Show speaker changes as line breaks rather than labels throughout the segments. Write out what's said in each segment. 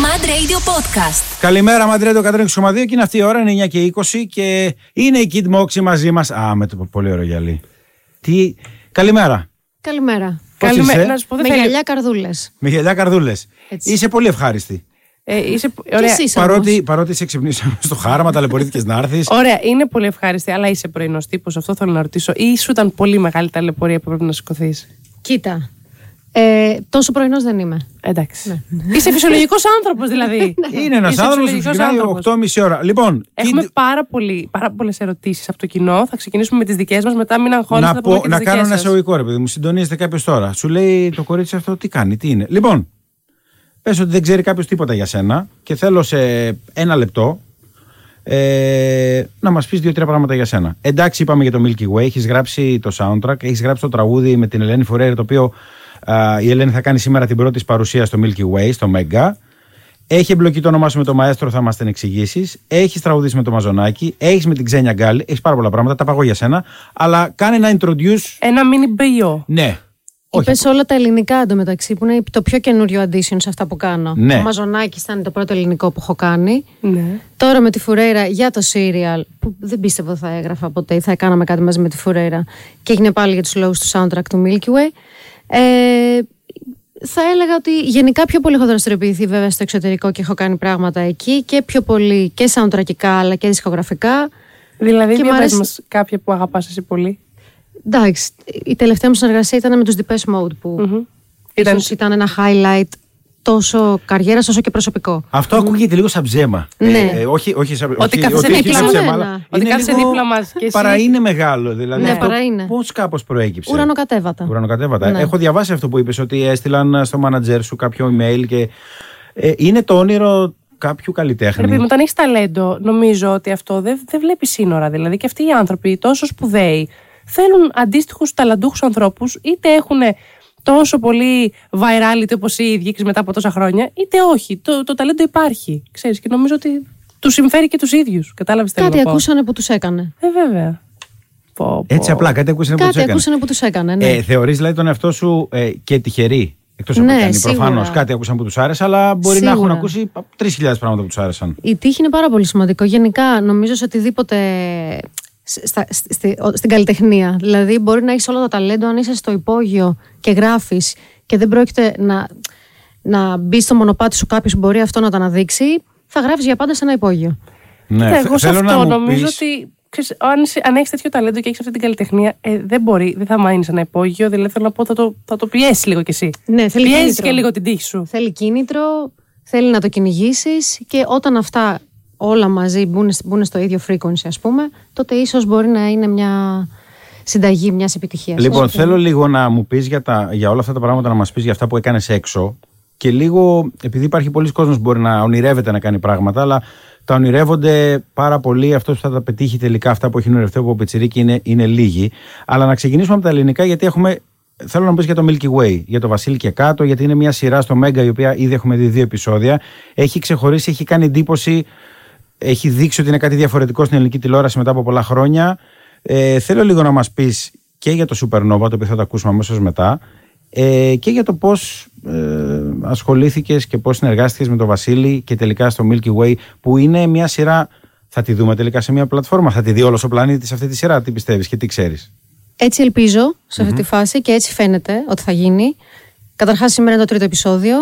Mad Radio Podcast.
Καλημέρα, Μαντρέντο 106,2 και είναι αυτή η ώρα, είναι 9 και 20 και είναι η Kid Moxie μαζί μας. Α, με το πολύ ωραίο γυαλί. Τι. Καλημέρα.
Καλημέρα.
Πώς
Καλημέρα.
είσαι?
Να σου πω, δεν
Με
θέλει.
γυαλιά καρδούλες.
Με γυαλιά καρδούλες.
Έτσι.
Είσαι πολύ ευχάριστη.
Ε, είσαι... Ωραία.
εσύ. Είσαι
Παρότι, παρότι σε ξυπνήσαμε στο χάραμα, ταλαιπωρήθηκες να έρθεις.
Ωραία, είναι πολύ ευχάριστη, αλλά είσαι πρωινός τύπος. Αυτό θέλω να ρωτήσω. Ή σου ήταν πολύ μεγάλη ταλαιπωρία που πρέπει να σηκωθείς.
Κοίτα. Ε, τόσο πρωινός δεν είμαι.
Εντάξει.
Ναι.
Είσαι φυσιολογικός άνθρωπος, δηλαδή.
Είναι ένας
Είσαι
άνθρωπος που
φυσιολογικός
ξυπνάει
άνθρωπος.
8,5 ώρα. Λοιπόν,
Έχουμε
Kid-
πάρα, πολύ, πάρα πολλές ερωτήσεις από το κοινό. Θα ξεκινήσουμε με τις δικές μας, μετά μην αγχώνεστε.
να,
θα πούμε
πω,
και τις
να κάνω
δικές
ένα
σας.
εισαγωγικό ρε παιδί μου. Συντονίζεται κάποιος τώρα. Σου λέει το κορίτσι αυτό τι κάνει, τι είναι. Λοιπόν, πες ότι δεν ξέρει κάποιος τίποτα για σένα και θέλω σε ένα λεπτό ε, να μας πεις δύο-τρία πράγματα για σένα. Εντάξει, είπαμε για το Milky Way, έχεις γράψει το soundtrack, έχεις γράψει το τραγούδι με την Ελένη Φουρέρη, το οποίο α, η Ελένη θα κάνει σήμερα την πρώτη της παρουσία στο Milky Way, στο Mega. Έχει εμπλοκή το όνομά σου με το Μαέστρο, θα μας την εξηγήσεις. Έχεις τραγουδίσει με το Μαζονάκι. Έχεις με την Ξένια Γκάλη. Έχεις πάρα πολλά πράγματα. Τα παγώ για σένα. Αλλά κάνει ένα introduce.
Ένα mini μπελιό.
Ναι. Όχι.
Είπες όλα τα ελληνικά εντωμεταξύ, που είναι το πιο καινούριο addition σε αυτά που κάνω.
Ναι.
Ο Μαζονάκη ήταν το πρώτο ελληνικό που έχω κάνει.
Ναι.
Τώρα με τη Φουρέιρα για το serial, που δεν πίστευα θα έγραφα ποτέ ή θα κάναμε κάτι μαζί με τη Φουρέιρα. Και έγινε πάλι για τους λόγους του soundtrack του Milky Way. Ε, θα έλεγα ότι γενικά πιο πολύ έχω δραστηριοποιηθεί βέβαια στο εξωτερικό και έχω κάνει πράγματα εκεί και πιο πολύ και soundtrackικά αλλά και δισκογραφικά.
Δηλαδή,
Και
για
μ'
πες
αρέσει-
μας κάποια που αγαπάς εσύ πολύ.
Εντάξει, η τελευταία μου συνεργασία ήταν με τους Depeche Mode που
Ήταν-
ήταν... ήταν ένα highlight τόσο καριέρας όσο και προσωπικό.
Αυτό ακούγεται λίγο σαν ψέμα.
Ναι.
Ε, ε, όχι, όχι, σαν- όχι,
κάθεσαι
όχι,
δίπλα
σαν
μας.
ψέμα,
Ναι,
αλλά
ναι.
Ότι
είναι
κάθεσαι
λίγο-
δίπλα μας και εσύ.
Παρά είναι μεγάλο. Δηλαδή
Ναι,
αυτό
παρά είναι.
Πώς κάπως προέκυψε.
Ουρανοκατέβατα.
Ουρανοκατέβατα.
Ναι.
Έχω διαβάσει αυτό που είπες, ότι έστειλαν στο μάνατζερ σου κάποιο email και. Ε, είναι το όνειρο κάποιου
Ρε παιδί
καλλιτέχνη.
μου, όταν έχεις ταλέντο, νομίζω ότι αυτό δεν δεν βλέπεις σύνορα. Δηλαδή, και αυτοί οι άνθρωποι, τόσο σπουδαίοι, θέλουν αντίστοιχους ταλαντούχους ανθρώπους, είτε έχουν τόσο πολύ virality όπως οι ίδιοι ξέρεις, μετά από τόσα χρόνια, είτε όχι. Το, το ταλέντο υπάρχει. Ξέρεις, και νομίζω ότι του συμφέρει και τους ίδιους. Κατάλαβες τι
Κάτι
θέλω να πω.
ακούσανε που τους έκανε.
Ε, βέβαια. Πω, πω.
Έτσι απλά, κάτι ακούσε είναι που τους
Κάτι
έκανε.
ακούσανε που τους έκανε, ναι.
Ε, Θεωρείς δηλαδή τον εαυτό σου ε, και τυχερή. Εκτός
Ναι,
από κάνει
σίγουρα.
προφανώς κάτι άκουσαν που τους άρεσε, αλλά μπορεί να έχουν
Σίγουρα.
ακούσει 3.000 πράγματα που τους άρεσαν.
Η τύχη είναι πάρα πολύ σημαντικό. Γενικά, νομίζω σε οτιδήποτε. Στα, στη- στη- ο- στην καλλιτεχνία. Δηλαδή, μπορεί να έχεις όλο το ταλέντο αν είσαι στο υπόγειο και γράφεις και δεν πρόκειται να, να μπει στο μονοπάτι σου κάποιος που μπορεί αυτό να το αναδείξει. Θα γράφεις για πάντα σε ένα υπόγειο.
Ναι,
Κοίτα,
θε-
εγώ σε
θέλω να
αυτό
μου
νομίζω
πεις-
ότι. Ξέρεις, αν, είσαι- αν έχεις τέτοιο ταλέντο και έχεις αυτή την καλλιτεχνία, ε, δεν μπορεί, δεν θα μείνεις ένα υπόγειο. Δηλαδή, θέλω να πω, θα το, θα το πιέσεις λίγο κι εσύ.
Ναι, θέλει
Πιέζεις
κίνητρο.
και λίγο την τύχη σου.
Θέλει κίνητρο, θέλει να το κυνηγήσεις και όταν αυτά όλα μαζί μπουν, μπουν στο ίδιο frequency, ας πούμε, τότε ίσως μπορεί να είναι μια συνταγή μιας επιτυχίας.
Λοιπόν, θέλω λίγο να μου πεις για, τα- για όλα αυτά τα πράγματα, να μας πεις για αυτά που έκανες έξω. Και λίγο, επειδή υπάρχει πολλοί κόσμος που μπορεί να ονειρεύεται να κάνει πράγματα, αλλά τα ονειρεύονται πάρα πολύ. Αυτό που θα τα πετύχει τελικά, αυτά που έχει ονειρευτεί από πετσυρίκι είναι, είναι λίγοι. Αλλά να ξεκινήσουμε από τα ελληνικά, γιατί έχουμε. Θέλω να μου πεις για το Milky Way, για το Βασίλη και κάτω, γιατί είναι μια σειρά στο Μέγκα, η οποία ήδη έχουμε δει δύο επεισόδια. Έχει ξεχωρίσει, έχει κάνει εντύπωση έχει δείξει ότι είναι κάτι διαφορετικό στην ελληνική τηλεόραση μετά από πολλά χρόνια. Ε, θέλω λίγο να μας πεις και για το Supernova, το οποίο θα το ακούσουμε αμέσως μετά, ε, και για το πώς ε, ασχολήθηκες και πώς συνεργάστηκες με τον Βασίλη και τελικά στο Milky Way, που είναι μια σειρά, θα τη δούμε τελικά σε μια πλατφόρμα, θα τη δει όλος ο πλανήτης αυτή τη σειρά, τι πιστεύεις και τι ξέρεις.
Έτσι ελπίζω σε αυτή τη φάση και έτσι φαίνεται ότι θα γίνει. Καταρχάς σήμερα είναι το τρίτο επεισόδιο.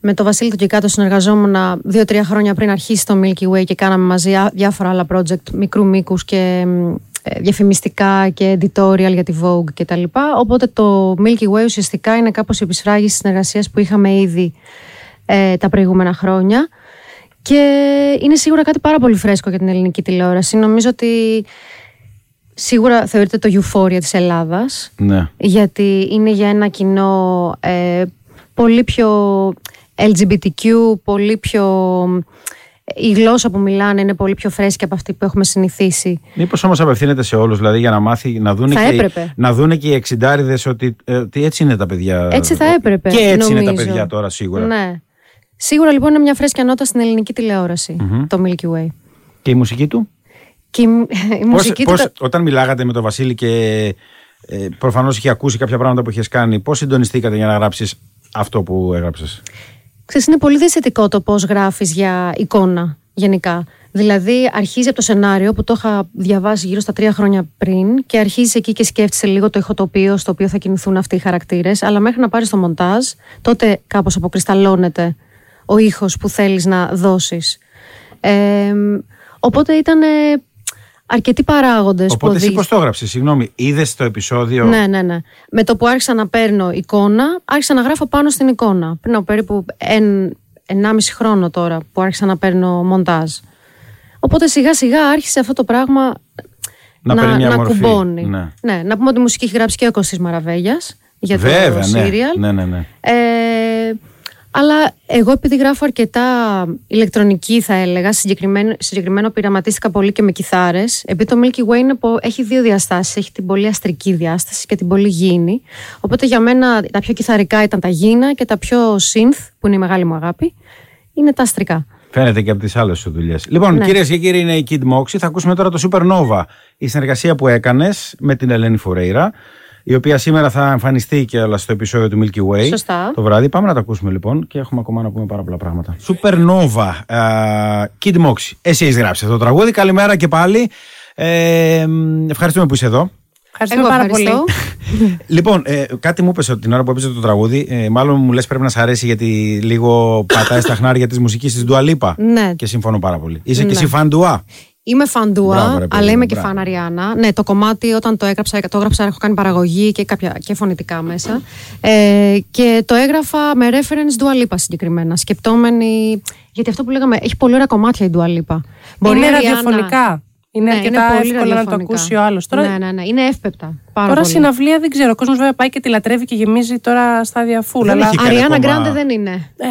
Με τον Βασίλη τον Κικάτο συνεργαζόμουν δύο-τρία χρόνια πριν αρχίσει το Milky Way και κάναμε μαζί α- διάφορα άλλα project μικρού μήκους και μ, ε, διαφημιστικά και editorial για τη Vogue κτλ. Οπότε το Milky Way ουσιαστικά είναι κάπως η επισφράγηση συνεργασίας που είχαμε ήδη ε, τα προηγούμενα χρόνια. Και είναι σίγουρα κάτι πάρα πολύ φρέσκο για την ελληνική τηλεόραση. Νομίζω ότι σίγουρα θεωρείται το Euphoria της Ελλάδας
Ναι.
γιατί είναι για ένα κοινό ε, πολύ πιο LGBTQ, πολύ πιο... Η γλώσσα που μιλάνε είναι πολύ πιο φρέσκη από αυτή που έχουμε συνηθίσει.
Μήπως όμως απευθύνεται σε όλους, δηλαδή για να μάθει, να δούνε,
Θα
και, οι-
έπρεπε.
να δούνε και οι εξιντάριδες ότι, ε, ότι έτσι είναι τα παιδιά.
Έτσι θα έπρεπε,
Ε, Και έτσι είναι τα
νομίζω.
παιδιά τώρα σίγουρα.
Ναι. Σίγουρα λοιπόν είναι μια φρέσκια νότα στην ελληνική τηλεόραση, το Milky Way.
Και η μουσική του.
Και η, η μουσική του
πώς,
τα-
Όταν μιλάγατε με τον Βασίλη και ε, προφανώς είχε ακούσει κάποια πράγματα που είχες κάνει, πώς συντονιστήκατε για να γράψεις αυτό που έγραψες.
ξέρεις, είναι πολύ δυσθετικό το πώς γράφεις για εικόνα γενικά. Δηλαδή αρχίζει από το σενάριο που το είχα διαβάσει γύρω στα τρία χρόνια πριν και αρχίζει εκεί και σκέφτεσαι λίγο το ηχοτοπίο στο οποίο θα κινηθούν αυτοί οι χαρακτήρες αλλά μέχρι να πάρεις το μοντάζ τότε κάπως αποκρισταλώνεται ο ήχος που θέλεις να δώσεις. Ε, οπότε ήταν αρκετοί παράγοντες που
Οπότε εσύ
οδήγησαν-
πώς το έγραψες, συγγνώμη, είδες το επεισόδιο.
ναι, ναι, ναι. Με το που άρχισα να παίρνω εικόνα, άρχισα να γράφω πάνω στην εικόνα. Πριν από περίπου εν, ενάμιση χρόνο τώρα που άρχισα να παίρνω μοντάζ. Οπότε σιγά σιγά άρχισε αυτό το πράγμα
Να παίρνει μια μορφή.
κουμπώνει.
Ναι.
να πούμε ότι η μουσική έχει γράψει και ο Κωστής Μαραβέγιας για
Βέβαια,
το
ναι.
serial.
Ναι, ναι, ναι.
Ε, αλλά εγώ επειδή γράφω αρκετά ηλεκτρονική θα έλεγα, συγκεκριμένο, συγκεκριμένο πειραματίστηκα πολύ και με κιθάρες, επειδή το Milky Way είναι, πο- έχει δύο διαστάσεις, έχει την πολύ αστρική διάσταση και την πολύ γήινη. Οπότε για μένα τα πιο κιθαρικά ήταν τα γήινα και τα πιο synth, που είναι η μεγάλη μου αγάπη, είναι τα αστρικά.
Φαίνεται και από τις άλλες σου δουλειές. Λοιπόν, ναι. κυρίες και κύριοι, είναι η Kid Moxie. Θα ακούσουμε τώρα το Supernova. Η συνεργασία που έκανες με την Ελένη Φουρέιρα, η οποία σήμερα θα εμφανιστεί και όλα στο επεισόδιο του Milky Way.
Σωστά.
Το βράδυ. Πάμε να τα ακούσουμε λοιπόν και έχουμε ακόμα να πούμε πάρα πολλά πράγματα. Supernova, α, Kid Moxie. Εσύ έχεις γράψει αυτό το τραγούδι. Καλημέρα και πάλι. Ε, μ, ευχαριστούμε που είσαι εδώ.
Ευχαριστούμε
Εγώ
πάρα
ευχαριστώ.
πολύ.
Λοιπόν, ε, κάτι μου είπες την ώρα που έπαιζε το τραγούδι. Ε, μάλλον μου λες πρέπει να σ' αρέσει γιατί λίγο πατάει στα χνάρια της μουσικής της Ντουαλίπα.
Ναι.
Και συμφωνώ πάρα πολύ. Είσαι
Ναι.
και εσύ φαν Dua.
Είμαι φαντούα,
Μπράβο, ρε παιδί
αλλά
μου,
είμαι και
μπράβο.
φαν Αριάννα. Ναι, το κομμάτι όταν το έγραψα, το έγραψα, έχω κάνει παραγωγή και, κάποια, και φωνητικά μέσα. Ε, και το έγραφα με reference Dua Lipa συγκεκριμένα. Σκεπτόμενη. Γιατί αυτό που λέγαμε, έχει πολύ ωραία κομμάτια η Dua Lipa. η
είναι
Ariana-
ραδιοφωνικά. Είναι
Ναι,
αρκετά
πολύ
εύκολο να το
ραδιοφωνικά.
ακούσει ο άλλος. Τώρα,
Ναι, ναι, ναι. Είναι εύπεπτα. Πάρα
τώρα
πολύ.
συναυλία δεν ξέρω. Ο κόσμος βέβαια πάει και τη λατρεύει και γεμίζει τώρα στάδια φούλα.
Δεν
Αλλά...
έχει-
Αριάννα
ακόμα-
Γκράντε δεν είναι.
Ε.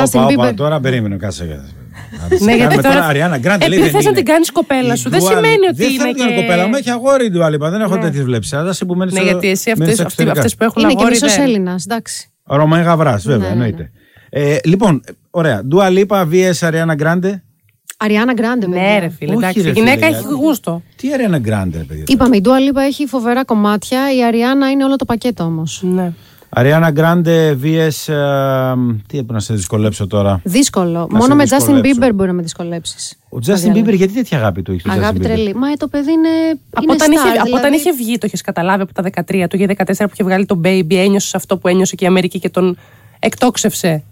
Όπα,
Justin
όπα,
Bieber.
Τώρα περίμενε, κάτσε. κάτσε.
Ναι, γιατί
Κάνουμε
τώρα.
Ariana Grande, λέει,
Επειδή
δεν
θες να
είναι.
την κάνεις κοπέλα
Η
σου, δεν
Dua-
σημαίνει ότι
Δεν θέλω
είναι.
να την κάνω κοπέλα μου,
και-
έχει αγόρι η Ντουαλίπα. Δεν έχω τέτοιες βλέψεις. Αλλά σε που μένεις
Ναι,
στο-
γιατί εσύ
μένεις στα εξωτερικά.
αυτές που Ναι, έχουν
Είναι και
αγόρι.
μισός
δεν-
Έλληνας. Εντάξει.
Ρωμαί Γαβράς, βέβαια, εννοείται. Ε, λοιπόν, ωραία. Ντουαλίπα, VS Ariana Grande.
Αριάννα Γκράντε,
Ναι, ρε φίλε.
Όχι,
εντάξει,
ρε
Η γυναίκα
φίλε,
έχει
γιατί-
γούστο.
Τι Ariana Grande, παιδιά.
Είπαμε, η Dua Lipa έχει φοβερά κομμάτια, η Αριάννα είναι όλο το πακέτο όμως.
Ναι.
Ariana Grande vs. ε, τι έπρεπε να σε δυσκολέψω τώρα.
Δύσκολο.
Να σε
Μόνο με Justin
δυσκολέψω.
Bieber μπορεί να με δυσκολέψεις.
Ο Justin Bieber, γιατί τέτοια αγάπη του έχεις το
Αγάπη
Justin Bieber.
τρελή. Μα ε, το παιδί είναι.
Από
είναι
όταν,
star,
είχε, από
δηλαδή,
όταν είχε βγει, το είχες καταλάβει από τα 13 του και 14 που είχε βγάλει τον Baby, ένιωσες αυτό που ένιωσε και η Αμερική και τον εκτόξευσε.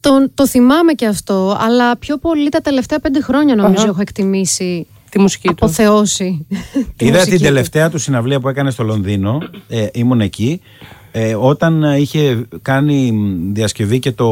Τον, το θυμάμαι και αυτό, αλλά πιο πολύ τα τελευταία πέντε χρόνια νομίζω έχω εκτιμήσει,
Τη μουσική του.
αποθεώσει. τη
Είδα
μουσική
την
του.
τελευταία του συναυλία που έκανε στο Λονδίνο. Ε, ήμουν εκεί. Ε, όταν ε, είχε κάνει μ, διασκευή και το.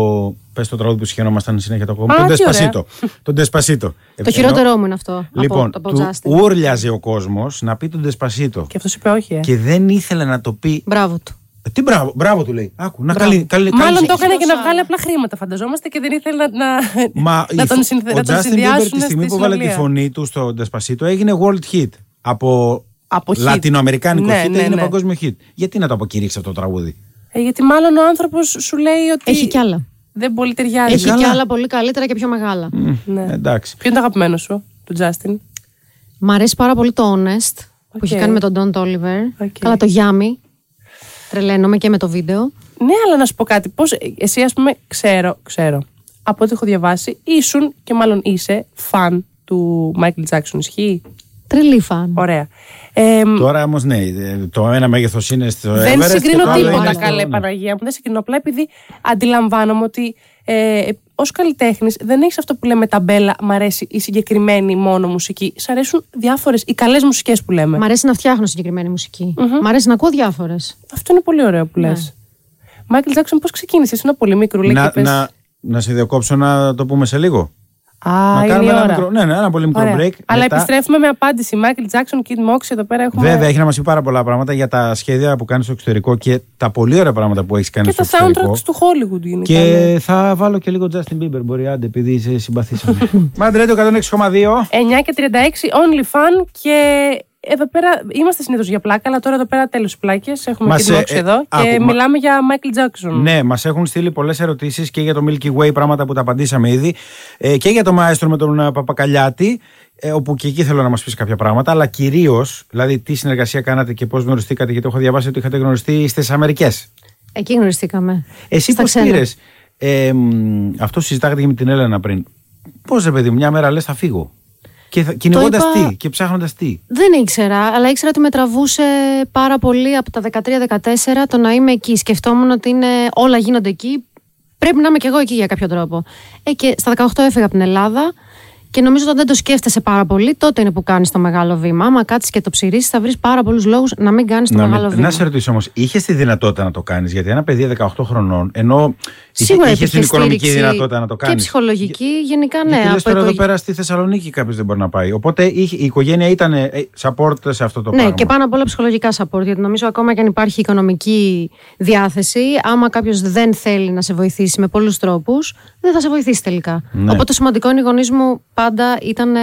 Πες το τραγούδι που συγχαινόμασταν συνέχεια το κόμμα.
Α,
Τον
τι ωραία.
Τεσπασίτο. Τον Despacito.
Το
Ενώ-
χειρότερό μου είναι αυτό.
Λοιπόν,
από, από
του
Justin.
ούρλιαζε ο κόσμος να πει τον Τεσπασίτο.
Και αυτός είπε όχι. Ε.
Και δεν ήθελε να το πει.
Μπράβο του.
Ε, Τι μπράβο, μπράβο του λέει. Άκου, να καλή, καλή,
Μάλλον
καλή-
το έκανε για να βγάλει απλά χρήματα, φανταζόμαστε, και δεν ήθελε να, να,
Μα
να
η φο-
τον, συνθε...
ο
να τον
Justin Bieber
συνδυάσουν
τη στιγμή
στη
που βάλε τη
συναυλία.
φωνή του στο Despacito έγινε world hit. Από,
Από hit.
λατινοαμερικάνικο
Ναι,
hit
ναι,
έγινε
ναι.
παγκόσμιο hit. Γιατί να το αποκηρύξει αυτό το τραγούδι.
Ε, γιατί μάλλον ο άνθρωπος σου λέει ότι.
Έχει κι άλλα.
Δεν πολύ ταιριάζει.
Έχει κι
καλά.
άλλα πολύ καλύτερα και πιο μεγάλα.
Ναι.
Ε, Εντάξει.
Ποιο είναι το αγαπημένο σου, του Justin.
Μ' αρέσει πάρα πολύ το Honest που
Οκ.
έχει κάνει με τον Don Toliver.
Οκ.
Καλά, το Yummy. Τρελαίνομαι και με το βίντεο.
Ναι, αλλά να σου πω κάτι. Πώς, ε, εσύ, ας πούμε, ξέρω, ξέρω. Από ό,τι έχω διαβάσει, ήσουν και μάλλον είσαι φαν του Michael Jackson. Ισχύει.
Τρελή φαν.
Ωραία. Ε,
Τώρα όμως ναι, ε, το ένα μέγεθος είναι στο
δεν
Ε, Everest και το
συγκρίνω
άλλο είναι
τίποτα,
στο-
καλέ
ναι.
Παναγία μου. Δεν συγκρίνω. Απλά επειδή αντιλαμβάνομαι ότι ε, ως καλλιτέχνης δεν έχεις αυτό που λέμε ταμπέλα. Μ' αρέσει η συγκεκριμένη μόνο μουσική. Σ' αρέσουν διάφορες, οι καλές μουσικές που λέμε.
Μ' αρέσει να φτιάχνω συγκεκριμένη μουσική. Μ' αρέσει να ακούω διάφορες.
Αυτό είναι πολύ ωραίο που λε. Μάικλ Τζάξον, πώς ξεκίνησες, ήσουν πολύ μικρούλα
Να,
και πες...
να, να σε διακόψω να το πούμε σε λίγο.
Α,
να
είναι η
ένα
ώρα.
μικρό, ναι, ναι, ένα πολύ μικρό
Ωραία.
break.
Αλλά
μετά-
επιστρέφουμε με απάντηση. Μάικλ Τζάξον, Kid Mox, εδώ πέρα έχουμε.
Βέβαια, έχει να μας πει πάρα πολλά πράγματα για τα σχέδια που κάνει στο εξωτερικό και τα πολύ ωραία πράγματα που έχεις κάνει
και
στο
τα
εξωτερικό.
soundtracks του Hollywood γενικά. ναι.
Και θα βάλω και λίγο Justin Bieber, μπορεί άντε, επειδή σε συμπαθήσαμε. Μάντρε το 106,2.
9 και 36, OnlyFan και εδώ πέρα είμαστε συνήθως για πλάκα, αλλά τώρα εδώ πέρα τέλος πλάκες. Έχουμε
Μας,
Kid Mox
ε, ε,
εδώ
άκου,
και
μα-
μιλάμε για Michael Jackson.
Ναι, μας έχουν στείλει πολλές ερωτήσεις και για το Milky Way, πράγματα που τα απαντήσαμε ήδη, ε, και για το Μαέστρο με τον ε, Παπακαλιάτη, ε, όπου και εκεί θέλω να μας πεις κάποια πράγματα, αλλά κυρίως, δηλαδή, τι συνεργασία κάνατε και πώς γνωριστήκατε, γιατί έχω διαβάσει ότι είχατε γνωριστεί στις Αμερικές.
Εκεί γνωριστήκαμε.
Εσύ
Στα
πώς
ξένα.
πήρες Ε, μ, αυτό συζητάγατε και με την Έλενα πριν. Πώς ρε παιδί, μου, μια μέρα λες θα φύγω. Και θα- κυνηγώντας
είπα-
τι και ψάχνοντας τι.
Δεν ήξερα, αλλά ήξερα ότι με τραβούσε πάρα πολύ από τα 13-14 το να είμαι εκεί. Σκεφτόμουν ότι είναι, όλα γίνονται εκεί. Πρέπει να είμαι κι εγώ εκεί για κάποιο τρόπο. Ε, και στα 18 έφυγα από την Ελλάδα και νομίζω ότι αν δεν το σκέφτεσαι πάρα πολύ, τότε είναι που κάνεις το μεγάλο βήμα. Άμα κάτσεις και το ψηρίσει, θα βρεις πάρα πολλούς λόγους να μην κάνεις το
Να,
μεγάλο
μην-
βήμα.
να σε ρωτήσω όμως, είχες τη δυνατότητα να το κάνεις, γιατί ένα παιδί 18 χρονών, ενώ
Σίγουρα
είχες την
υπήρχε
οικονομική
στήριξη
δυνατότητα να το κάνει.
Και ψυχολογική, γενικά ναι.
Γιατί λες
από
τώρα εδώ
οικογέ-
πέρα στη Θεσσαλονίκη κάποιος δεν μπορεί να πάει. Οπότε είχε- η οικογένεια ήταν ε, support σε αυτό το
Ναι,
πράγμα.
και πάνω απ' όλα ψυχολογικά support. Γιατί νομίζω ακόμα και αν υπάρχει οικονομική διάθεση, άμα κάποιος δεν θέλει να σε βοηθήσει με πολλούς τρόπους, δεν θα σε βοηθήσει τελικά.
Ναι.
Οπότε το σημαντικό είναι οι γονείς μου πάντα ήταν ε,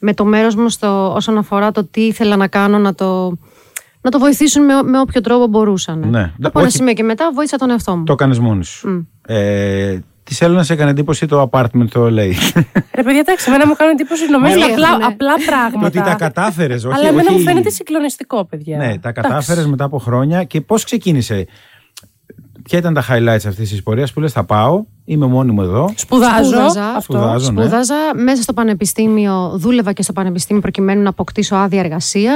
με το μέρος μου στο, όσον αφορά το τι ήθελα να κάνω, να το, να το βοηθήσουν με, με όποιο τρόπο μπορούσαν.
Ναι.
Από ένα
Όχι-
σημείο και μετά βοήθησα τον εαυτό μου.
Το έκανες μόνη σου. Ε, Της Έλληνας έκανε εντύπωση το apartment το LA.
Ρε παιδιά, εντάξει, εμένα μου κάνουν εντύπωση νομίζω
Όλοι
απλά,
έχουνε.
απλά πράγματα.
ότι τα κατάφερε. Όχι,
Αλλά εμένα
όχι...
μου φαίνεται συγκλονιστικό, παιδιά.
Ναι, τα
Εντάξει.
κατάφερες μετά από χρόνια. Και πώς ξεκίνησε. Ποια ήταν τα highlights αυτής της πορείας που λες: Θα πάω, είμαι μόνη μου εδώ.
Σπουδάζω.
Σπούδαζα.
Αυτό.
Σπουδάζω. ναι.
Σπούδαζα μέσα στο πανεπιστήμιο, δούλευα και στο πανεπιστήμιο προκειμένου να αποκτήσω άδεια εργασίας.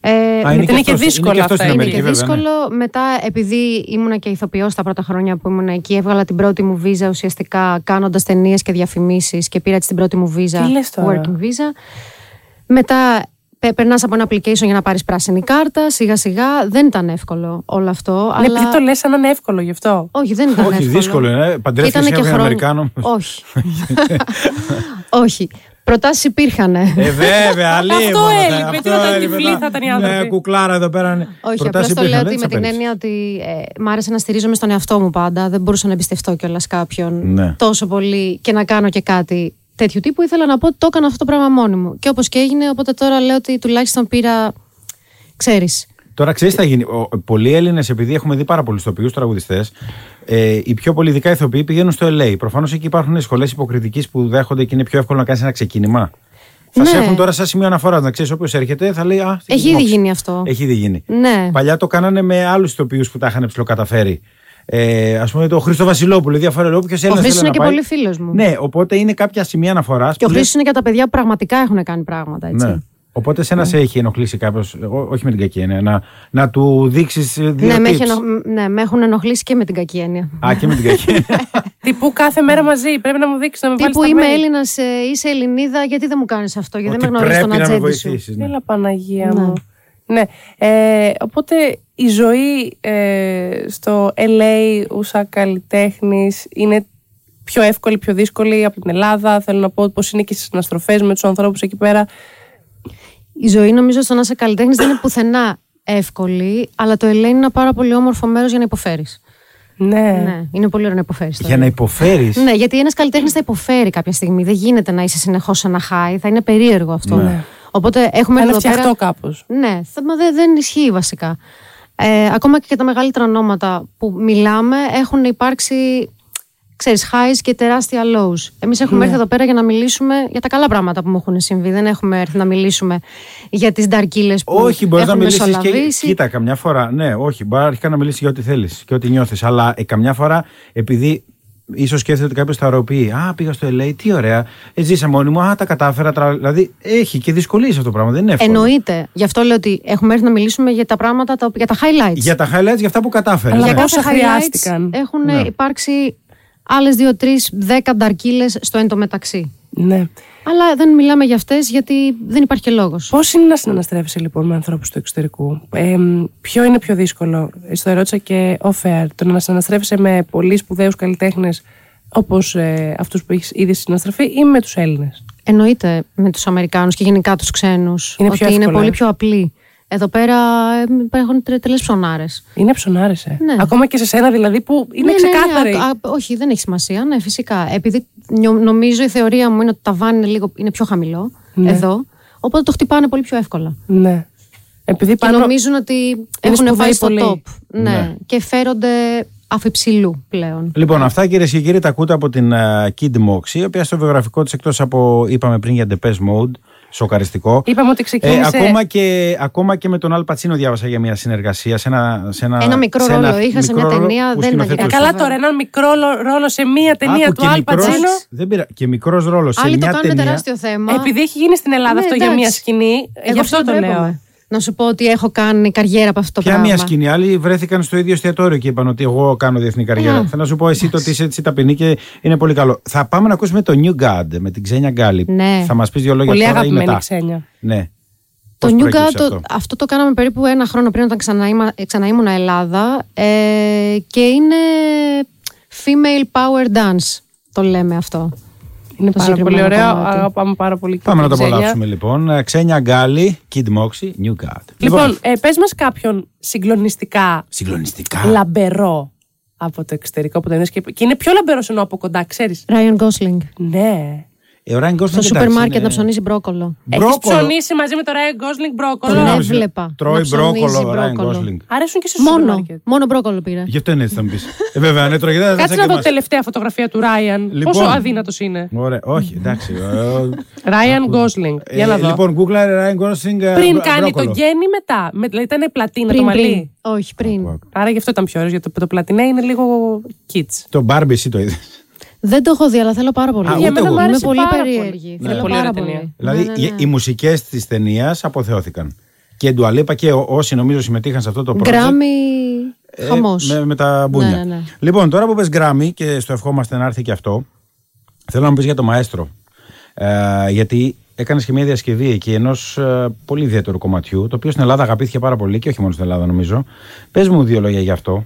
Ε,
Α,
είναι
μετά-
και δύσκολο
αυτός
αυτά,
στην
είναι
Αμερική,
και
βέβαια, ναι.
δύσκολο. Μετά, επειδή ήμουνα και ηθοποιός τα πρώτα χρόνια που ήμουν εκεί, έβγαλα την πρώτη μου βίζα ουσιαστικά κάνοντας ταινίες και διαφημίσεις και πήρα έτσι την πρώτη μου βίζα.
Τι λες τώρα?
Working visa. Μετά περνάς από ένα application για να πάρεις πράσινη κάρτα. Σιγά σιγά δεν ήταν εύκολο όλο αυτό.
Ναι,
αλλά...
επειδή το λες σαν να είναι εύκολο γι' αυτό.
Όχι, δεν ήταν
Όχι,
εύκολο.
δύσκολο είναι. Παντρεύτηκες
Ήτανε
κάποιον
χρόνο-
Αμερικάνο.
Όχι. Όχι. Προτάσεις υπήρχαν.
Ε, βέβαια, αλλή
Αυτό
μόνο τα-
έλειπε, τι
αυτό
να ήταν
έλειπε,
τυφλοί
τα-
θα ήταν οι
ναι,
άνθρωποι.
κουκλάρα εδώ πέρα. ναι.
Όχι, απλά
Προτάσεις
το λέω
υπήρχαν,
ότι
δεν
με
τις
την
απέρριψες.
έννοια ότι ε, μ' άρεσε να στηρίζομαι στον εαυτό μου πάντα. Δεν μπορούσα να εμπιστευτώ κιόλας κάποιον
Ναι.
τόσο πολύ και να κάνω και κάτι τέτοιου τύπου. Ήθελα να πω ότι το έκανα αυτό το πράγμα μόνη μου. Και όπως και έγινε, οπότε τώρα λέω ότι τουλάχιστον πήρα. ξέρεις.
Τώρα ξέρεις τι θα γίνει. Ο- Πολλοί Έλληνες, επειδή έχουμε δει πάρα πολλούς ηθοποιού τραγουδιστές, ε, οι πιο πολλοί ειδικά ηθοποιοί πηγαίνουν στο LA. Προφανώς εκεί υπάρχουν σχολές υποκριτικής που δέχονται και είναι πιο εύκολο να κάνεις ένα ξεκίνημα. Θα σε
Ναι.
έχουν τώρα σαν σημείο αναφοράς. Να ξέρεις, όποιος έρχεται θα λέει Α, τι
Έχει ήδη
μόξι».
γίνει αυτό.
Έχει ήδη γίνει.
Ναι.
Παλιά το κάνανε με άλλους ηθοποιούς που τα είχαν ψηλοκαταφέρει. Ε, Ας πούμε το Χρήστο Βασιλόπουλο, διαφορετικό. Ποιο Έλληνα
Χρήστος είναι και πολύ φίλος μου.
Ναι, οπότε είναι κάποια σημεία αναφοράς.
Και ο Χρήστος είναι και τα παιδιά που πραγματικά έχουν κάνει πράγματα. Έτσι.
Ναι. Οπότε σένα σε έχει ενοχλήσει κάποιος, όχι με την κακή έννοια, να, να του δείξεις δύο
Ναι, με, έχει
tips.
ενοχ- ναι, με έχουν ενοχλήσει και με την κακή έννοια.
Α, και με την κακή έννοια.
Τύπου κάθε μέρα μαζί. Πρέπει να μου δείξεις να με βάλει.
Τύπου είμαι Έλληνας, είσαι Ελληνίδα, γιατί δεν μου κάνεις αυτό, γιατί
Ότι
δεν με γνωρίζεις
πρέπει
τον
να με
ατζέντη σου.
βοηθήσεις. Ναι.
Έλα Παναγία μου. Ναι. Ε, οπότε η ζωή ε, στο LA ούσα καλλιτέχνης είναι πιο εύκολη, πιο δύσκολη από την Ελλάδα. Θέλω να πω πώ είναι και στις αναστροφές με τους ανθρώπους εκεί πέρα.
Η ζωή νομίζω στο να είσαι καλλιτέχνης δεν είναι πουθενά εύκολη, αλλά το Ελένη είναι ένα πάρα πολύ όμορφο μέρος για να υποφέρεις.
Ναι.
Ναι, είναι πολύ ωραίο να υποφέρεις.
Για να υποφέρεις.
Ναι, γιατί ένας καλλιτέχνης θα υποφέρει κάποια στιγμή. Δεν γίνεται να είσαι συνεχώς σε ένα χάι, θα είναι περίεργο αυτό.
Ναι.
Οπότε έχουμε
Θα είναι
εδώ πέρα-
φτιαχτό κάπως.
Ναι, θέμα δε, δεν ισχύει βασικά. Ε, ακόμα και τα μεγαλύτερα ονόματα που μιλάμε έχουν υπάρξει ξέρεις, highs και τεράστια lows. Εμείς
Ναι.
έχουμε έρθει εδώ πέρα για να μιλήσουμε για τα καλά πράγματα που μου έχουν συμβεί. Δεν έχουμε έρθει να μιλήσουμε για τις νταρκίλες που
Όχι, μπορείς να
έχουν
μιλήσεις και.
μεσολαβήσει.
Κοίτα, καμιά φορά. Ναι, όχι. Μπορείς αρχικά να μιλήσεις για ό,τι θέλεις και ό,τι νιώθεις. Αλλά ε, καμιά φορά, επειδή ίσως σκέφτεται ότι κάποιος θα ροπεί. Α, πήγα στο LA, τι ωραία. Ε, ζήσα μόνη μου. Α, τα κατάφερα. τρα- Δηλαδή έχει και δυσκολίες αυτό το πράγμα. Δεν είναι εύκολο.
Εννοείται. Γι' αυτό λέω ότι έχουμε έρθει να μιλήσουμε για τα πράγματα, τα, για τα highlights.
Για τα highlights, για αυτά που κατάφερες.
Αλλά
ναι.
για
πόσα
κάθε
χρειάστηκαν.
highlights έχουν υπάρξει άλλες δύο-τρεις, δέκα νταρκίλες στο εν τω μεταξύ.
Ναι.
Αλλά δεν μιλάμε για αυτές γιατί δεν υπάρχει και λόγος.
Πώς είναι να συναναστρέφεσαι λοιπόν με ανθρώπους του εξωτερικού, ε, μ, Ποιο είναι πιο δύσκολο, Ε, στο ερώτησα και off air, το να συναναστρέφεσαι με πολύ σπουδαίους καλλιτέχνες όπως ε, αυτούς που έχεις ήδη συναναστραφεί ή με τους Έλληνες.
Εννοείται με τους Αμερικάνους και γενικά τους ξένους
Είναι
ότι
πιο
είναι
εύκολο, ε.
πολύ πιο απλοί. Εδώ πέρα ε, υπάρχουν τρε- τρελές ψωνάρες.
Είναι ψωνάρεσαι.
Ναι.
Ακόμα και σε σένα δηλαδή που είναι
Ναι, ναι, ναι,
ξεκάθαρη.
α- α- όχι, δεν έχει σημασία. Ναι, φυσικά. Επειδή νιω- νομίζω η θεωρία μου είναι ότι το ταβάνι είναι, λίγο, είναι πιο χαμηλό εδώ, οπότε το χτυπάνε πολύ πιο εύκολα.
Ναι. Επειδή
Και
πάνω.
νομίζουν ότι έχουν
σπουδαίοι
πάει στο
πολλοί.
top. Ναι. Και φέρονται αφιψηλού πλέον.
Λοιπόν, αυτά κυρίες και κύριοι τα ακούτε από την ε, Kid Moxie, η οποία στο βιογραφικό της εκτός από είπαμε πριν για Depeche Mode, σοκαριστικό. Ε,
Είπαμε ότι ξεκίνησε-
ακόμα, και, ακόμα και με τον Αλ Πατσίνο διάβασα για μια συνεργασία σε ένα. Σε ένα,
Ένα μικρό
σε
ρόλο είχα σε μια
μικρό ρόλο
ταινία,
που
δεν ήταν
σκηνοθετούσε.
Ε,
Τέλος
καλά
πάντων.
τώρα, έναν μικρό λο- ρόλο σε μία ταινία
Άκου,
του
και
Αλ
μικρός-
Πατσίνο.
Δεν πήρα. Και μικρός ρόλος σε
Άλλοι το
μια
κάνουν
ταινία.
τεράστιο θέμα.
Επειδή έχει γίνει στην Ελλάδα
Ναι,
αυτό για
εντάξει.
μία σκηνή, ε,
Εγώ
γι' αυτό
αυτό
το
ντρέπομαι.
λέω.
Να σου πω ότι έχω κάνει καριέρα από αυτό το
Ποια
πράγμα.
μία σκηνή. Άλλοι βρέθηκαν στο ίδιο εστιατόριο και είπαν ότι εγώ κάνω διεθνή καριέρα.
Α,
Θέλω να σου πω εσύ το ότι είσαι έτσι ταπεινή και είναι πολύ καλό. Θα πάμε να ακούσουμε το New God με την Ξένια Γκάλι.
Ναι.
Θα μας πεις δύο λόγια
Πολύ
τώρα ή
αγαπημένη
μετά.
Ξένια.
Ναι.
Το
Πώς
New
προέκυψε
Guard, το-
αυτό?
αυτό. το κάναμε περίπου ένα χρόνο πριν όταν ξανά, ήμα- ξανά ήμουν Ελλάδα ε, και είναι female power dance το λέμε αυτό.
Είναι
Το
πάρα πολύ
συγκεκριμένο
ωραίο.
κομμάτι.
Αγαπάμε πάρα πολύ. και
Πάμε να
την
το
Ξένια.
απολαύσουμε λοιπόν. Ε, Ξένια Γκάλι, Kid Moxie, New God.
Λοιπόν, ε, πες μας κάποιον συγκλονιστικά
συγκλονιστικά.
λαμπερό από το εξωτερικό που τον είδες και, και είναι πιο λαμπερός ενώ από κοντά, ξέρεις.
Ryan Gosling.
Ναι.
Ε, ο Ryan Gosling,
Στο
εντάξει,
σούπερ μάρκετ
είναι-
να ψωνίσει μπρόκολο.
Έχεις
Μπρόκολο.
ψωνίσει μαζί με τον Ράιν Γκόσλινγκ μπρόκολο.
Τον
Συγγνώμη,
έβλεπα.
Τρώει
Να ψωνίζει
μπρόκολο ο Ryan
μπρόκολο.
Gosling.
Αρέσουν και σε
Μόνο,
μάρκετ.
μόνο μπρόκολο πήρα.
Γι' αυτό είναι έτσι θα μου πει. ε, βέβαια, αν έτρωγε δεν θα
Κάτσε
σε
να δω
κοιμάσαι.
τη τελευταία φωτογραφία του Ράιαν.
Λοιπόν.
Πόσο αδύνατος είναι.
Ωραία, όχι, εντάξει. ε,
Ράιαν Γκόσλινγκ.
ε,
Για να δω.
Λοιπόν, Google Ryan Gosling. ε,
Πριν
μπρο-
κάνει το
μπρόκολο.
γέννη, μετά. Με- Δηλαδή ήταν πλατίνα το
Πριν, πριν.
μαλλί.
Όχι, πριν.
Άρα γι' αυτό ήταν πιο ωραίος, γιατί το πλατινέ είναι λίγο kids.
Το Barbie εσύ το είδες.
Ναι, Δεν το έχω δει, αλλά θέλω πάρα πολύ.
Α, Για ούτε μένα εγώ. μ'
Είμαι
άρεσε
πολύ
πάρα πολύ.
περίεργη.
Ναι.
Θέλω
Πολύ
πάρα
ωραία ταινία.
πολύ.
δηλαδή,
Ναι, ναι,
οι-
ναι.
οι μουσικές της ταινίας αποθεώθηκαν. Και η Ντουαλίπα και ό- όσοι νομίζω συμμετείχαν σε αυτό το project.
Γκράμμι.
ε,
Χαμός.
με, με τα μπούνια.
Ναι, ναι.
Λοιπόν, τώρα που πες Grammy και στο ευχόμαστε να έρθει και αυτό, θέλω να μου πεις για το Μαέστρο. Ε, γιατί έκανες και μια διασκευή εκεί ενός πολύ ιδιαίτερου κομματιού, το οποίο στην Ελλάδα αγαπήθηκε πάρα πολύ και όχι μόνο στην Ελλάδα νομίζω. Πες μου δύο λόγια γι' αυτό.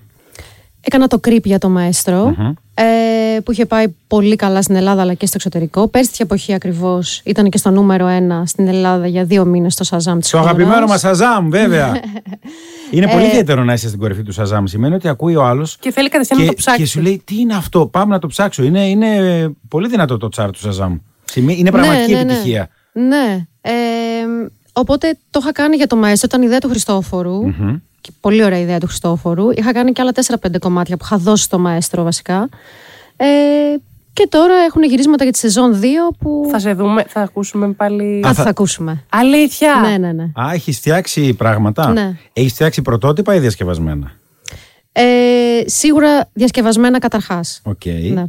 Έκανα το κρύπ για το μαεστρο ε, που είχε πάει πολύ καλά στην Ελλάδα αλλά και στο εξωτερικό. Πέρσι την εποχή ακριβώς ήταν και στο νούμερο ένα στην Ελλάδα για δύο μήνες στο Σαζάμ της
Στο αγαπημένο μας Σαζάμ, βέβαια. είναι πολύ ιδιαίτερο να είσαι στην κορυφή του Σαζάμ. Σημαίνει ότι ακούει ο άλλος.
Και θέλει κατευθείαν να το ψάξει.
Και σου λέει, τι είναι αυτό, πάμε να το ψάξω. Είναι, είναι πολύ δυνατό το τσάρ του Σαζάμ. Σημεί- Είναι πραγματική επιτυχία.
Ναι. Ε, οπότε το είχα κάνει για το μαέστρο, ήταν ιδέα του χριστοφορου Και πολύ ωραία ιδέα του Χριστόφορου. Είχα κάνει και άλλα 4-5 κομμάτια που είχα δώσει στο μαέστρο βασικά. Ε, και τώρα έχουν γυρίσματα για τη σεζόν 2 που.
Θα σε δούμε, θα ακούσουμε πάλι.
Κάτι θα ακούσουμε.
Αλήθεια!
Ναι, ναι, ναι.
Α, έχεις φτιάξει πράγματα.
Ναι.
Έχεις φτιάξει πρωτότυπα ή διασκευασμένα.
Ε, σίγουρα διασκευασμένα καταρχάς.
Οκ.
Ναι.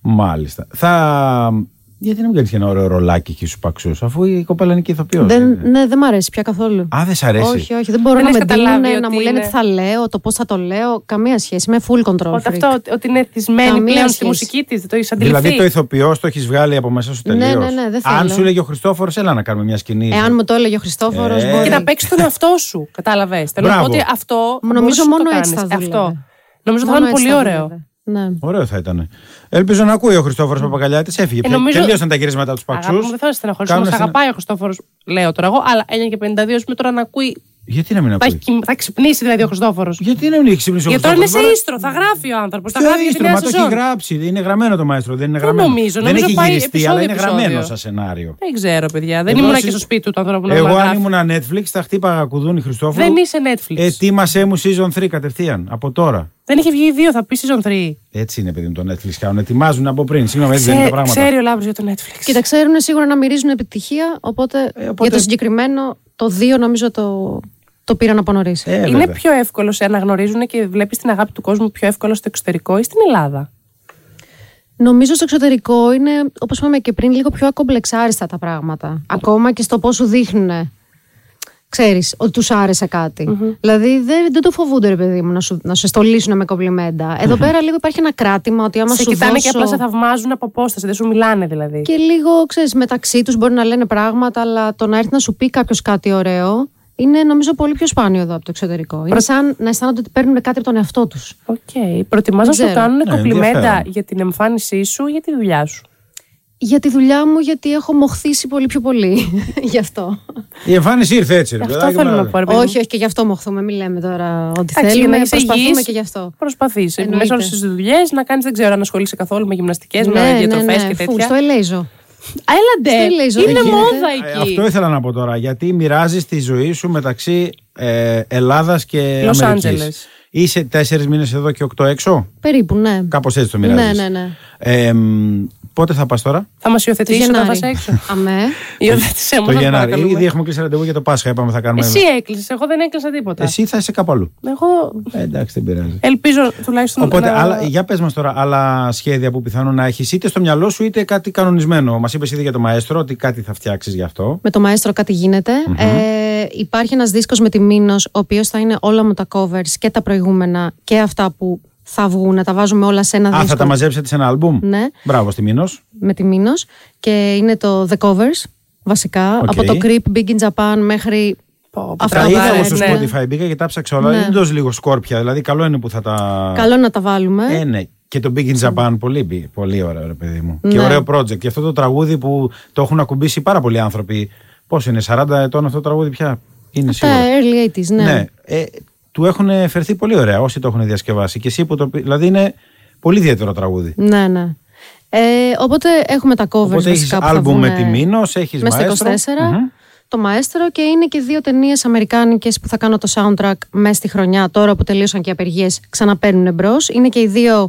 Μάλιστα. Θα. Γιατί να μην κάνεις και ένα ωραίο ρολάκι εκεί στους παξούς, αφού η κοπέλα είναι και ηθοποιός.
Δεν, ναι, δεν μ' αρέσει πια καθόλου.
Α, δεν σ' αρέσει.
Όχι, όχι, δεν μπορώ
Δεν
να
έχεις
με
καταλάβει
δίνουν, να
ότι
μου λένε
είναι-
τι θα λέω, το πώς θα το λέω. Καμία σχέση. Είμαι full control.
Ότι
freak.
αυτό ότι- ότι είναι θυσμένη
Καμία
πλέον στη
σχέση.
μουσική της, δεν το έχεις αντιληφθεί.
Δηλαδή το ηθοποιός το έχεις βγάλει από μέσα σου
Ναι, ναι,
τελείως.
ναι, δεν
Αν
θέλω.
σου λέγει ο Χριστόφορος, έλα να κάνουμε μια σκηνή.
Εάν μου το έλεγε ο Χριστόφορος.
Ναι. Ε,
Και
μπορεί.
να παίξει τον εαυτό σου. Κατάλαβες. Θέλω να πω
Μπράβο.
ότι αυτό.
Νομίζω
μπορείς να το
μόνο
κάνεις.
έτσι θα δούλευε.
Αυτό. Νομίζω θα
Μόνο
είναι
έτσι
πολύ
θα
ωραίο.
δούλευε. Ναι.
Ωραίο θα ήταν. Ελπίζω να ακούει ο Χριστόφορος Παπαγκαλιάτη. Έφυγε. πια.
Ε, νομίζω-
Τελείωσαν τα γυρίσματα τους παξού.
Αγάπη μου, δεν θέλω να σε στεναχωρήσω. Μα αγαπάει ο Χριστόφορος, λέω τώρα εγώ, αλλά 9 και 52 με τώρα να ακούει.
Γιατί να μην
Θα, έχει
ακούει.
κοιμ- θα ξυπνήσει δηλαδή ο Χριστόφορος.
Γιατί να μην έχει ξυπνήσει ο
Γιατί τώρα είναι σε
Χριστόφορος.
ίστρο, θα γράφει ο άνθρωπος. Θα
Ποιο
γράφει για τη
ίστρο,
νέα
μα το έχει
σεζόν.
γράψει. Είναι γραμμένο το μαέστρο, δεν είναι γραμμένο.
νομίζω,
δεν
νομίζω
έχει
πάει
γυριστεί,
επεισόδιο,
αλλά είναι
επεισόδιο.
γραμμένο σαν σενάριο.
Δεν ξέρω, παιδιά. Δεν
Εγώ
ήμουν
συ-
και στο σπίτι του το ανθρώπου να
Εγώ
γράφει.
αν ήμουν Netflix θα χτύπαγα κουδούνι Χριστόφορο.
Δεν είσαι Netflix.
Ετοίμασέ μου season 3 κατευθείαν, από τώρα.
Δεν είχε βγει δύο, θα πει season 3.
Έτσι είναι παιδί μου το Netflix κάνουν. Ετοιμάζουν από πριν. Συγγνώμη, έτσι Ε, δεν είναι
Ξέ,
τα πράγματα.
ξέρει ο Λάμπρος για το Netflix. Ε,
Και τα ξέρουν σίγουρα να μυρίζουν επιτυχία. Οπότε,
Ε, οπότε-
για το συγκεκριμένο, το 2 νομίζω το, το πήραν από νωρίς.
Ε,
είναι
βέβαια.
πιο εύκολο σε αναγνωρίζουν και βλέπεις την αγάπη του κόσμου πιο εύκολο στο εξωτερικό ή στην Ελλάδα.
Νομίζω στο εξωτερικό είναι, όπως είπαμε και πριν, λίγο πιο ακομπλεξάριστα τα πράγματα. Ακόμα και στο πώ σου δείχνουν. Ξέρεις ότι τους άρεσε κάτι. Δηλαδή δεν, δεν το φοβούνται, ρε παιδί μου, να σου, να σε στολίσουν με κομπλιμέντα. Εδώ πέρα λίγο υπάρχει ένα κράτημα ότι άμα
σε
σου
κοιτάνε
δώσω...
και απλά σε θαυμάζουν από απόσταση, δεν σου μιλάνε δηλαδή.
Και λίγο, ξέρεις, μεταξύ τους μπορεί να λένε πράγματα, αλλά το να έρθει να σου πει κάποιος κάτι ωραίο είναι νομίζω πολύ πιο σπάνιο εδώ από το εξωτερικό. Είναι σαν να αισθάνονται ότι παίρνουν κάτι από τον εαυτό τους.
Οκ. Προτιμάς να σου
ξέρω.
κάνουν
Ναι,
κομπλιμέντα
ενδιαφέρον.
για την εμφάνισή σου ή για τη δουλειά σου.
Για τη δουλειά μου, γιατί έχω μοχθήσει πολύ πιο πολύ γι' αυτό.
Η εμφάνιση ήρθε έτσι. ρε
Αυτό
παιδάκι
θέλω
μου.
να πω. ρε παιδί μου.
Όχι, όχι, και γι' αυτό μοχθούμε. Μην λέμε τώρα ότι
Εντάξει, για
θέλουμε.
να είσαι
Προσπαθούμε
υγιής,
και γι' αυτό.
Προσπαθείς. Μέσα
Εννοείται. Ναι,
όλες τις δουλειές να κάνεις, δεν ξέρω αν ασχολείσαι καθόλου με γυμναστικές, με διατροφέ και
φου,
τέτοια.
στο ελέζω.
Α, Έλαντε!
στο ελέζω,
Είναι
δεν γίνεται.
μόδα
Ε,
εκεί.
αυτό ήθελα να πω τώρα. Γιατί μοιράζεις τη ζωή σου μεταξύ ε, Ελλάδας και
Λος
Αμερικής.
Άντζελες.
Είσαι τέσσερις μήνες εδώ και οκτώ έξω.
Περίπου, ναι.
Κάπως έτσι το μοιράζεις.
Ναι, ναι, ναι.
Ε, μ, Πότε θα πας τώρα,
Θα μας υιοθετήσει όταν πας έξω.
Αμέ.
Υιοθέτησε
Το
μόνο.
Γενάρη. Ήδη έχουμε κλείσει ραντεβού για το Πάσχα. Είπαμε θα κάνουμε.
Εσύ έκλεισες, εγώ δεν έκλεισα τίποτα.
Εσύ θα είσαι κάπου αλλού.
Εγώ
Ε, εντάξει, δεν πειράζει.
ελπίζω τουλάχιστον.
Οπότε,
να...
άλλα, για πες μας τώρα, άλλα σχέδια που πιθανόν να έχεις είτε στο μυαλό σου είτε κάτι κανονισμένο. Μας είπες ήδη για το μαέστρο ότι κάτι θα φτιάξεις γι' αυτό.
Με το μαέστρο κάτι γίνεται. Ε, υπάρχει ένας δίσκος με τη Μίνος, ο οποίος θα είναι όλα μου τα covers και τα προηγούμενα και αυτά που θα βγουν, να τα βάζουμε όλα σε ένα
Α,
δίσκο
θα τα μαζέψετε σε ένα άλμπουμ.
Ναι.
Μπράβο, στη Μήνος.
με τη Μίνος. Και είναι το The Covers, βασικά.
Οκ.
Από το Creep, Big in Japan μέχρι...
Πω, πω,
Αυτά
Τα είδα
βάρε,
εγώ στο
βάλε,
ναι.
Spotify, μπήκα και τα ψάξα όλα. Είναι τόσο λίγο σκόρπια, δηλαδή καλό είναι που θα τα.
Ναι. Καλό να τα βάλουμε.
Ε, ναι. Και το Big in Japan, πολύ, μπι- πολύ ωραίο, ρε παιδί μου.
Ναι.
Και ωραίο project. Και αυτό το τραγούδι που το έχουν ακουμπήσει πάρα πολλοί άνθρωποι. Πόσο είναι, 40 ετών αυτό το τραγούδι πια. Είναι
τα
σίγουρα.
early 80s, ναι.
Ε, του έχουν φερθεί πολύ ωραία όσοι το έχουν διασκευάσει. Και εσύ που το. πει- Δηλαδή είναι πολύ ιδιαίτερο τραγούδι.
Ναι, ναι. Ε, οπότε έχουμε τα covers
Οπότε έχεις
βασικά που θα
άλμπουμ
βγουν
με τη Μίνος, έχεις
μέσα στο
Μαέστρο.
24, το Μαέστρο και είναι και δύο ταινίες αμερικάνικες που θα κάνω το soundtrack μέσα στη χρονιά τώρα που τελείωσαν και οι απεργίες ξαναπαίρνουν μπρος. Είναι και οι δύο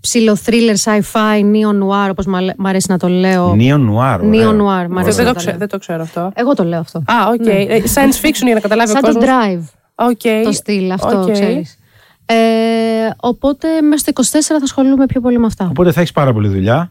ψιλοθρίλερ sci-fi, neo-noir όπως μα- μ' αρέσει να το λέω.
Νίο Νουάρ.
Neo noir, μ'
Δεν,
αρέσει
δεν
να το
το ξέρω,
λέω.
δεν το ξέρω αυτό.
Εγώ το λέω αυτό.
Α, οκ. Ε, Science fiction για να καταλάβει ο
Σαν το
κόσμος.
drive
Οκ.
το στυλ αυτό,
Οκ.
ξέρεις. Ε, οπότε μέσα στο 24 θα ασχολούμαι πιο πολύ με αυτά.
Οπότε θα έχεις πάρα πολλή δουλειά.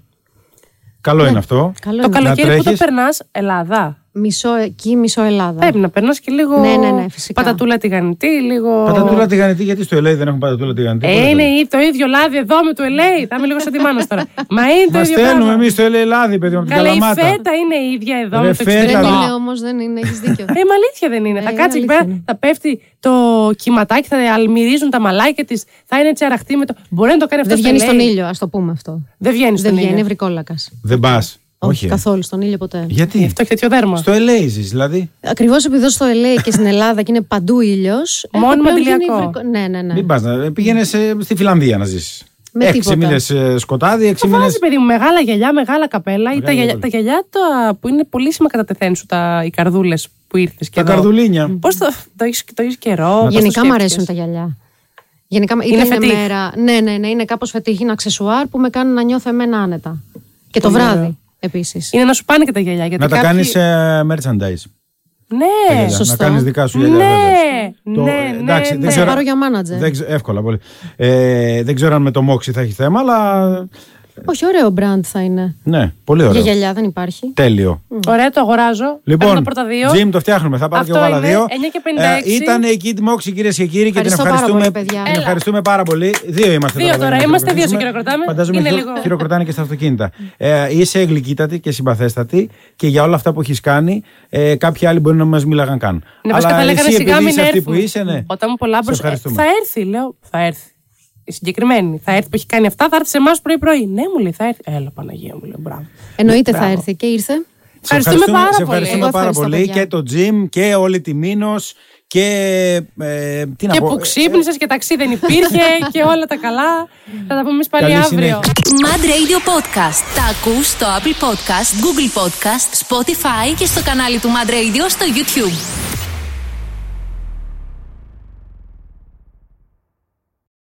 Καλό είναι αυτό.
Ναι. Καλό
Το
είναι.
καλοκαίρι που το
τρέχεις.
περνάς, Ελλάδα.
Μισό εκεί, μισό Ελλάδα.
Πρέπει να περνάς και λίγο.
Ναι, ναι, ναι, φυσικά.
Πατατούλα τηγανιτή, λίγο.
Πατατούλα τηγανιτή, γιατί στο LA δεν έχουν πατατούλα τηγανιτή.
Ε,
Πολύ
είναι
καλό.
ή- το ίδιο λάδι εδώ με το LA. Θα είμαι λίγο σαν τη μάνα τώρα. Μα είναι το
Μα
ίδιο πράγμα.
στέλνουμε εμείς στο LA λάδι, παιδί μου, από την
Καλά, η
Καλαμάτα.
φέτα είναι η ίδια εδώ
Ρε,
με το
φέτα,
Δεν
Καλά.
είναι όμως, δεν είναι, έχεις δίκιο.
Ε, μα αλήθεια δεν είναι. θα
είναι
κάτσει εκεί
αλήθεια
πέρα, θα πέφτει το κυματάκι, θα αλμυρίζουν τα μαλάκια της, θα είναι τσαραχτή με το. Μπορεί να το κάνει αυτό.
δεν
στο
βγαίνει
LA.
στον ήλιο, ας το πούμε αυτό.
Δεν βγαίνει
Δεν
στον
βγαίνει,
ήλιο.
είναι βρικόλακας.
Δεν πας.
Όχι,
Όχι. ε.
καθόλου στον ήλιο ποτέ.
Γι'
Γιατί.
αυτό έχει Ε, τέτοιο δέρμα.
Στο LA ζεις, δηλαδή.
Ακριβώς επειδή εδώ στο LA και στην Ελλάδα και είναι παντού ήλιος.
Μόνο μαντηλιακό.
Ναι, ναι, ναι.
Μην πας να πήγαινε στη Φιλανδία να ζήσεις.
Με
Έξι
τίποτα.
μήνες σκοτάδι, έξι μήνε.
Ε, Βάζει, παιδί μου, μεγάλα γυαλιά, μεγάλα καπέλα. Ή τα, γυαλιά, τα γυαλιά τα, που είναι πολύσιμα κατά τεθέν σου, τα, οι καρδούλες που ήρθες
Τα
και
καρδουλίνια.
Πώς το, το έχεις το έχεις καιρό, πώς το
Γενικά μου αρέσουν
σκέφτηκες?
τα γυαλιά. Γενικά, είτε
Είναι
είναι
φετίχ.
μέρα. Ναι, ναι, ναι, είναι κάπως φετίχη, είναι αξεσουάρ που με κάνουν να νιώθω εμένα άνετα. Και το βράδυ επίσης.
Είναι να σου πάνε και τα γυαλιά. Γιατί
Να τα
κάποιοι-
κάνεις merchandise.
Ναι,
Γυαλιά. Να
σωστά.
κάνεις δικά σου γυαλιά.
Ναι,
βέβαια.
ναι,
Το- ε,
ναι,
εντάξει,
ναι.
δεν
Θα
ξέρω-
πάρω για μάνατζερ.
δεν ξε- Εύκολα πολύ. Ε, δεν ξέρω αν με το μόξι θα έχει θέμα, αλλά. ε,
Όχι, ωραίο brand θα είναι.
Ναι, πολύ
Για
ωραίο.
γυαλιά δεν υπάρχει.
Τέλειο.
Ωραία, το αγοράζω. Παίρνω τα
Λοιπόν,
πρώτα δύο.
Τζιμ, το φτιάχνουμε. Θα πάρω
Αυτό
και εγώ άλλα
είναι,
δύο. Ε,
9.56.
ήταν η Kid Moxie, κυρίες και κύριοι, και την
Ευχαριστώ πάρα
ευχαριστούμε.
πολύ, παιδιά.
την
Έλα.
ευχαριστούμε πάρα πολύ. Δύο είμαστε
Δύο
τώρα.
τώρα.
δεν είναι
Είμαστε
να
δύο σε
χειροκροτήσουμε.
χειροκροτάμε.
Φαντάζομαι
Είναι
χειρο-
λίγο.
χειροκροτάνε και στα αυτοκίνητα. Ε, είσαι εγλικίτατη και συμπαθέστατη και για όλα αυτά που έχεις κάνει, ε, κάποιοι άλλοι μπορεί να μας μίλαγαν καν.
Ναι, βασικά θα λέγανε
εσύ,
σιγά
επειδή
μην
είσαι αυτή που
έρθουν.
είσαι, ναι.
Όταν μου
σε
πολλά μπροστά. ε,
ευχαριστούμε.
Θα έρθει, λέω. Θα έρθει. Η συγκεκριμένη. Θα έρθει που έχει κάνει αυτά, θα έρθει σε εμάς πρωί-πρωί. Ναι, μου λέει, θα έρθει. Έλα, Παναγία μου, λέω, μπράβο.
Εννοείται θα
Μπράβο.
έρθει και ήρθε.
Σε
Ευχαριστούμε πάρα
σε
πολύ.
ευχαριστούμε
Εγώ
πάρα
ευχαριστώ,
πολύ
παιδιά.
και το Τζιμ και όλη τη Μήνος και. Ε, τι να
Και
πω,
που
ε,
ξύπνησες και ταξί δεν υπήρχε και όλα τα καλά. Θα τα πούμε εμείς πάλι
Καλή
αύριο.
συνέχεια.
Mad Radio Podcast. Τα ακούς στο Apple Podcast, Google Podcast, Spotify και στο κανάλι του Mad Radio στο YouTube.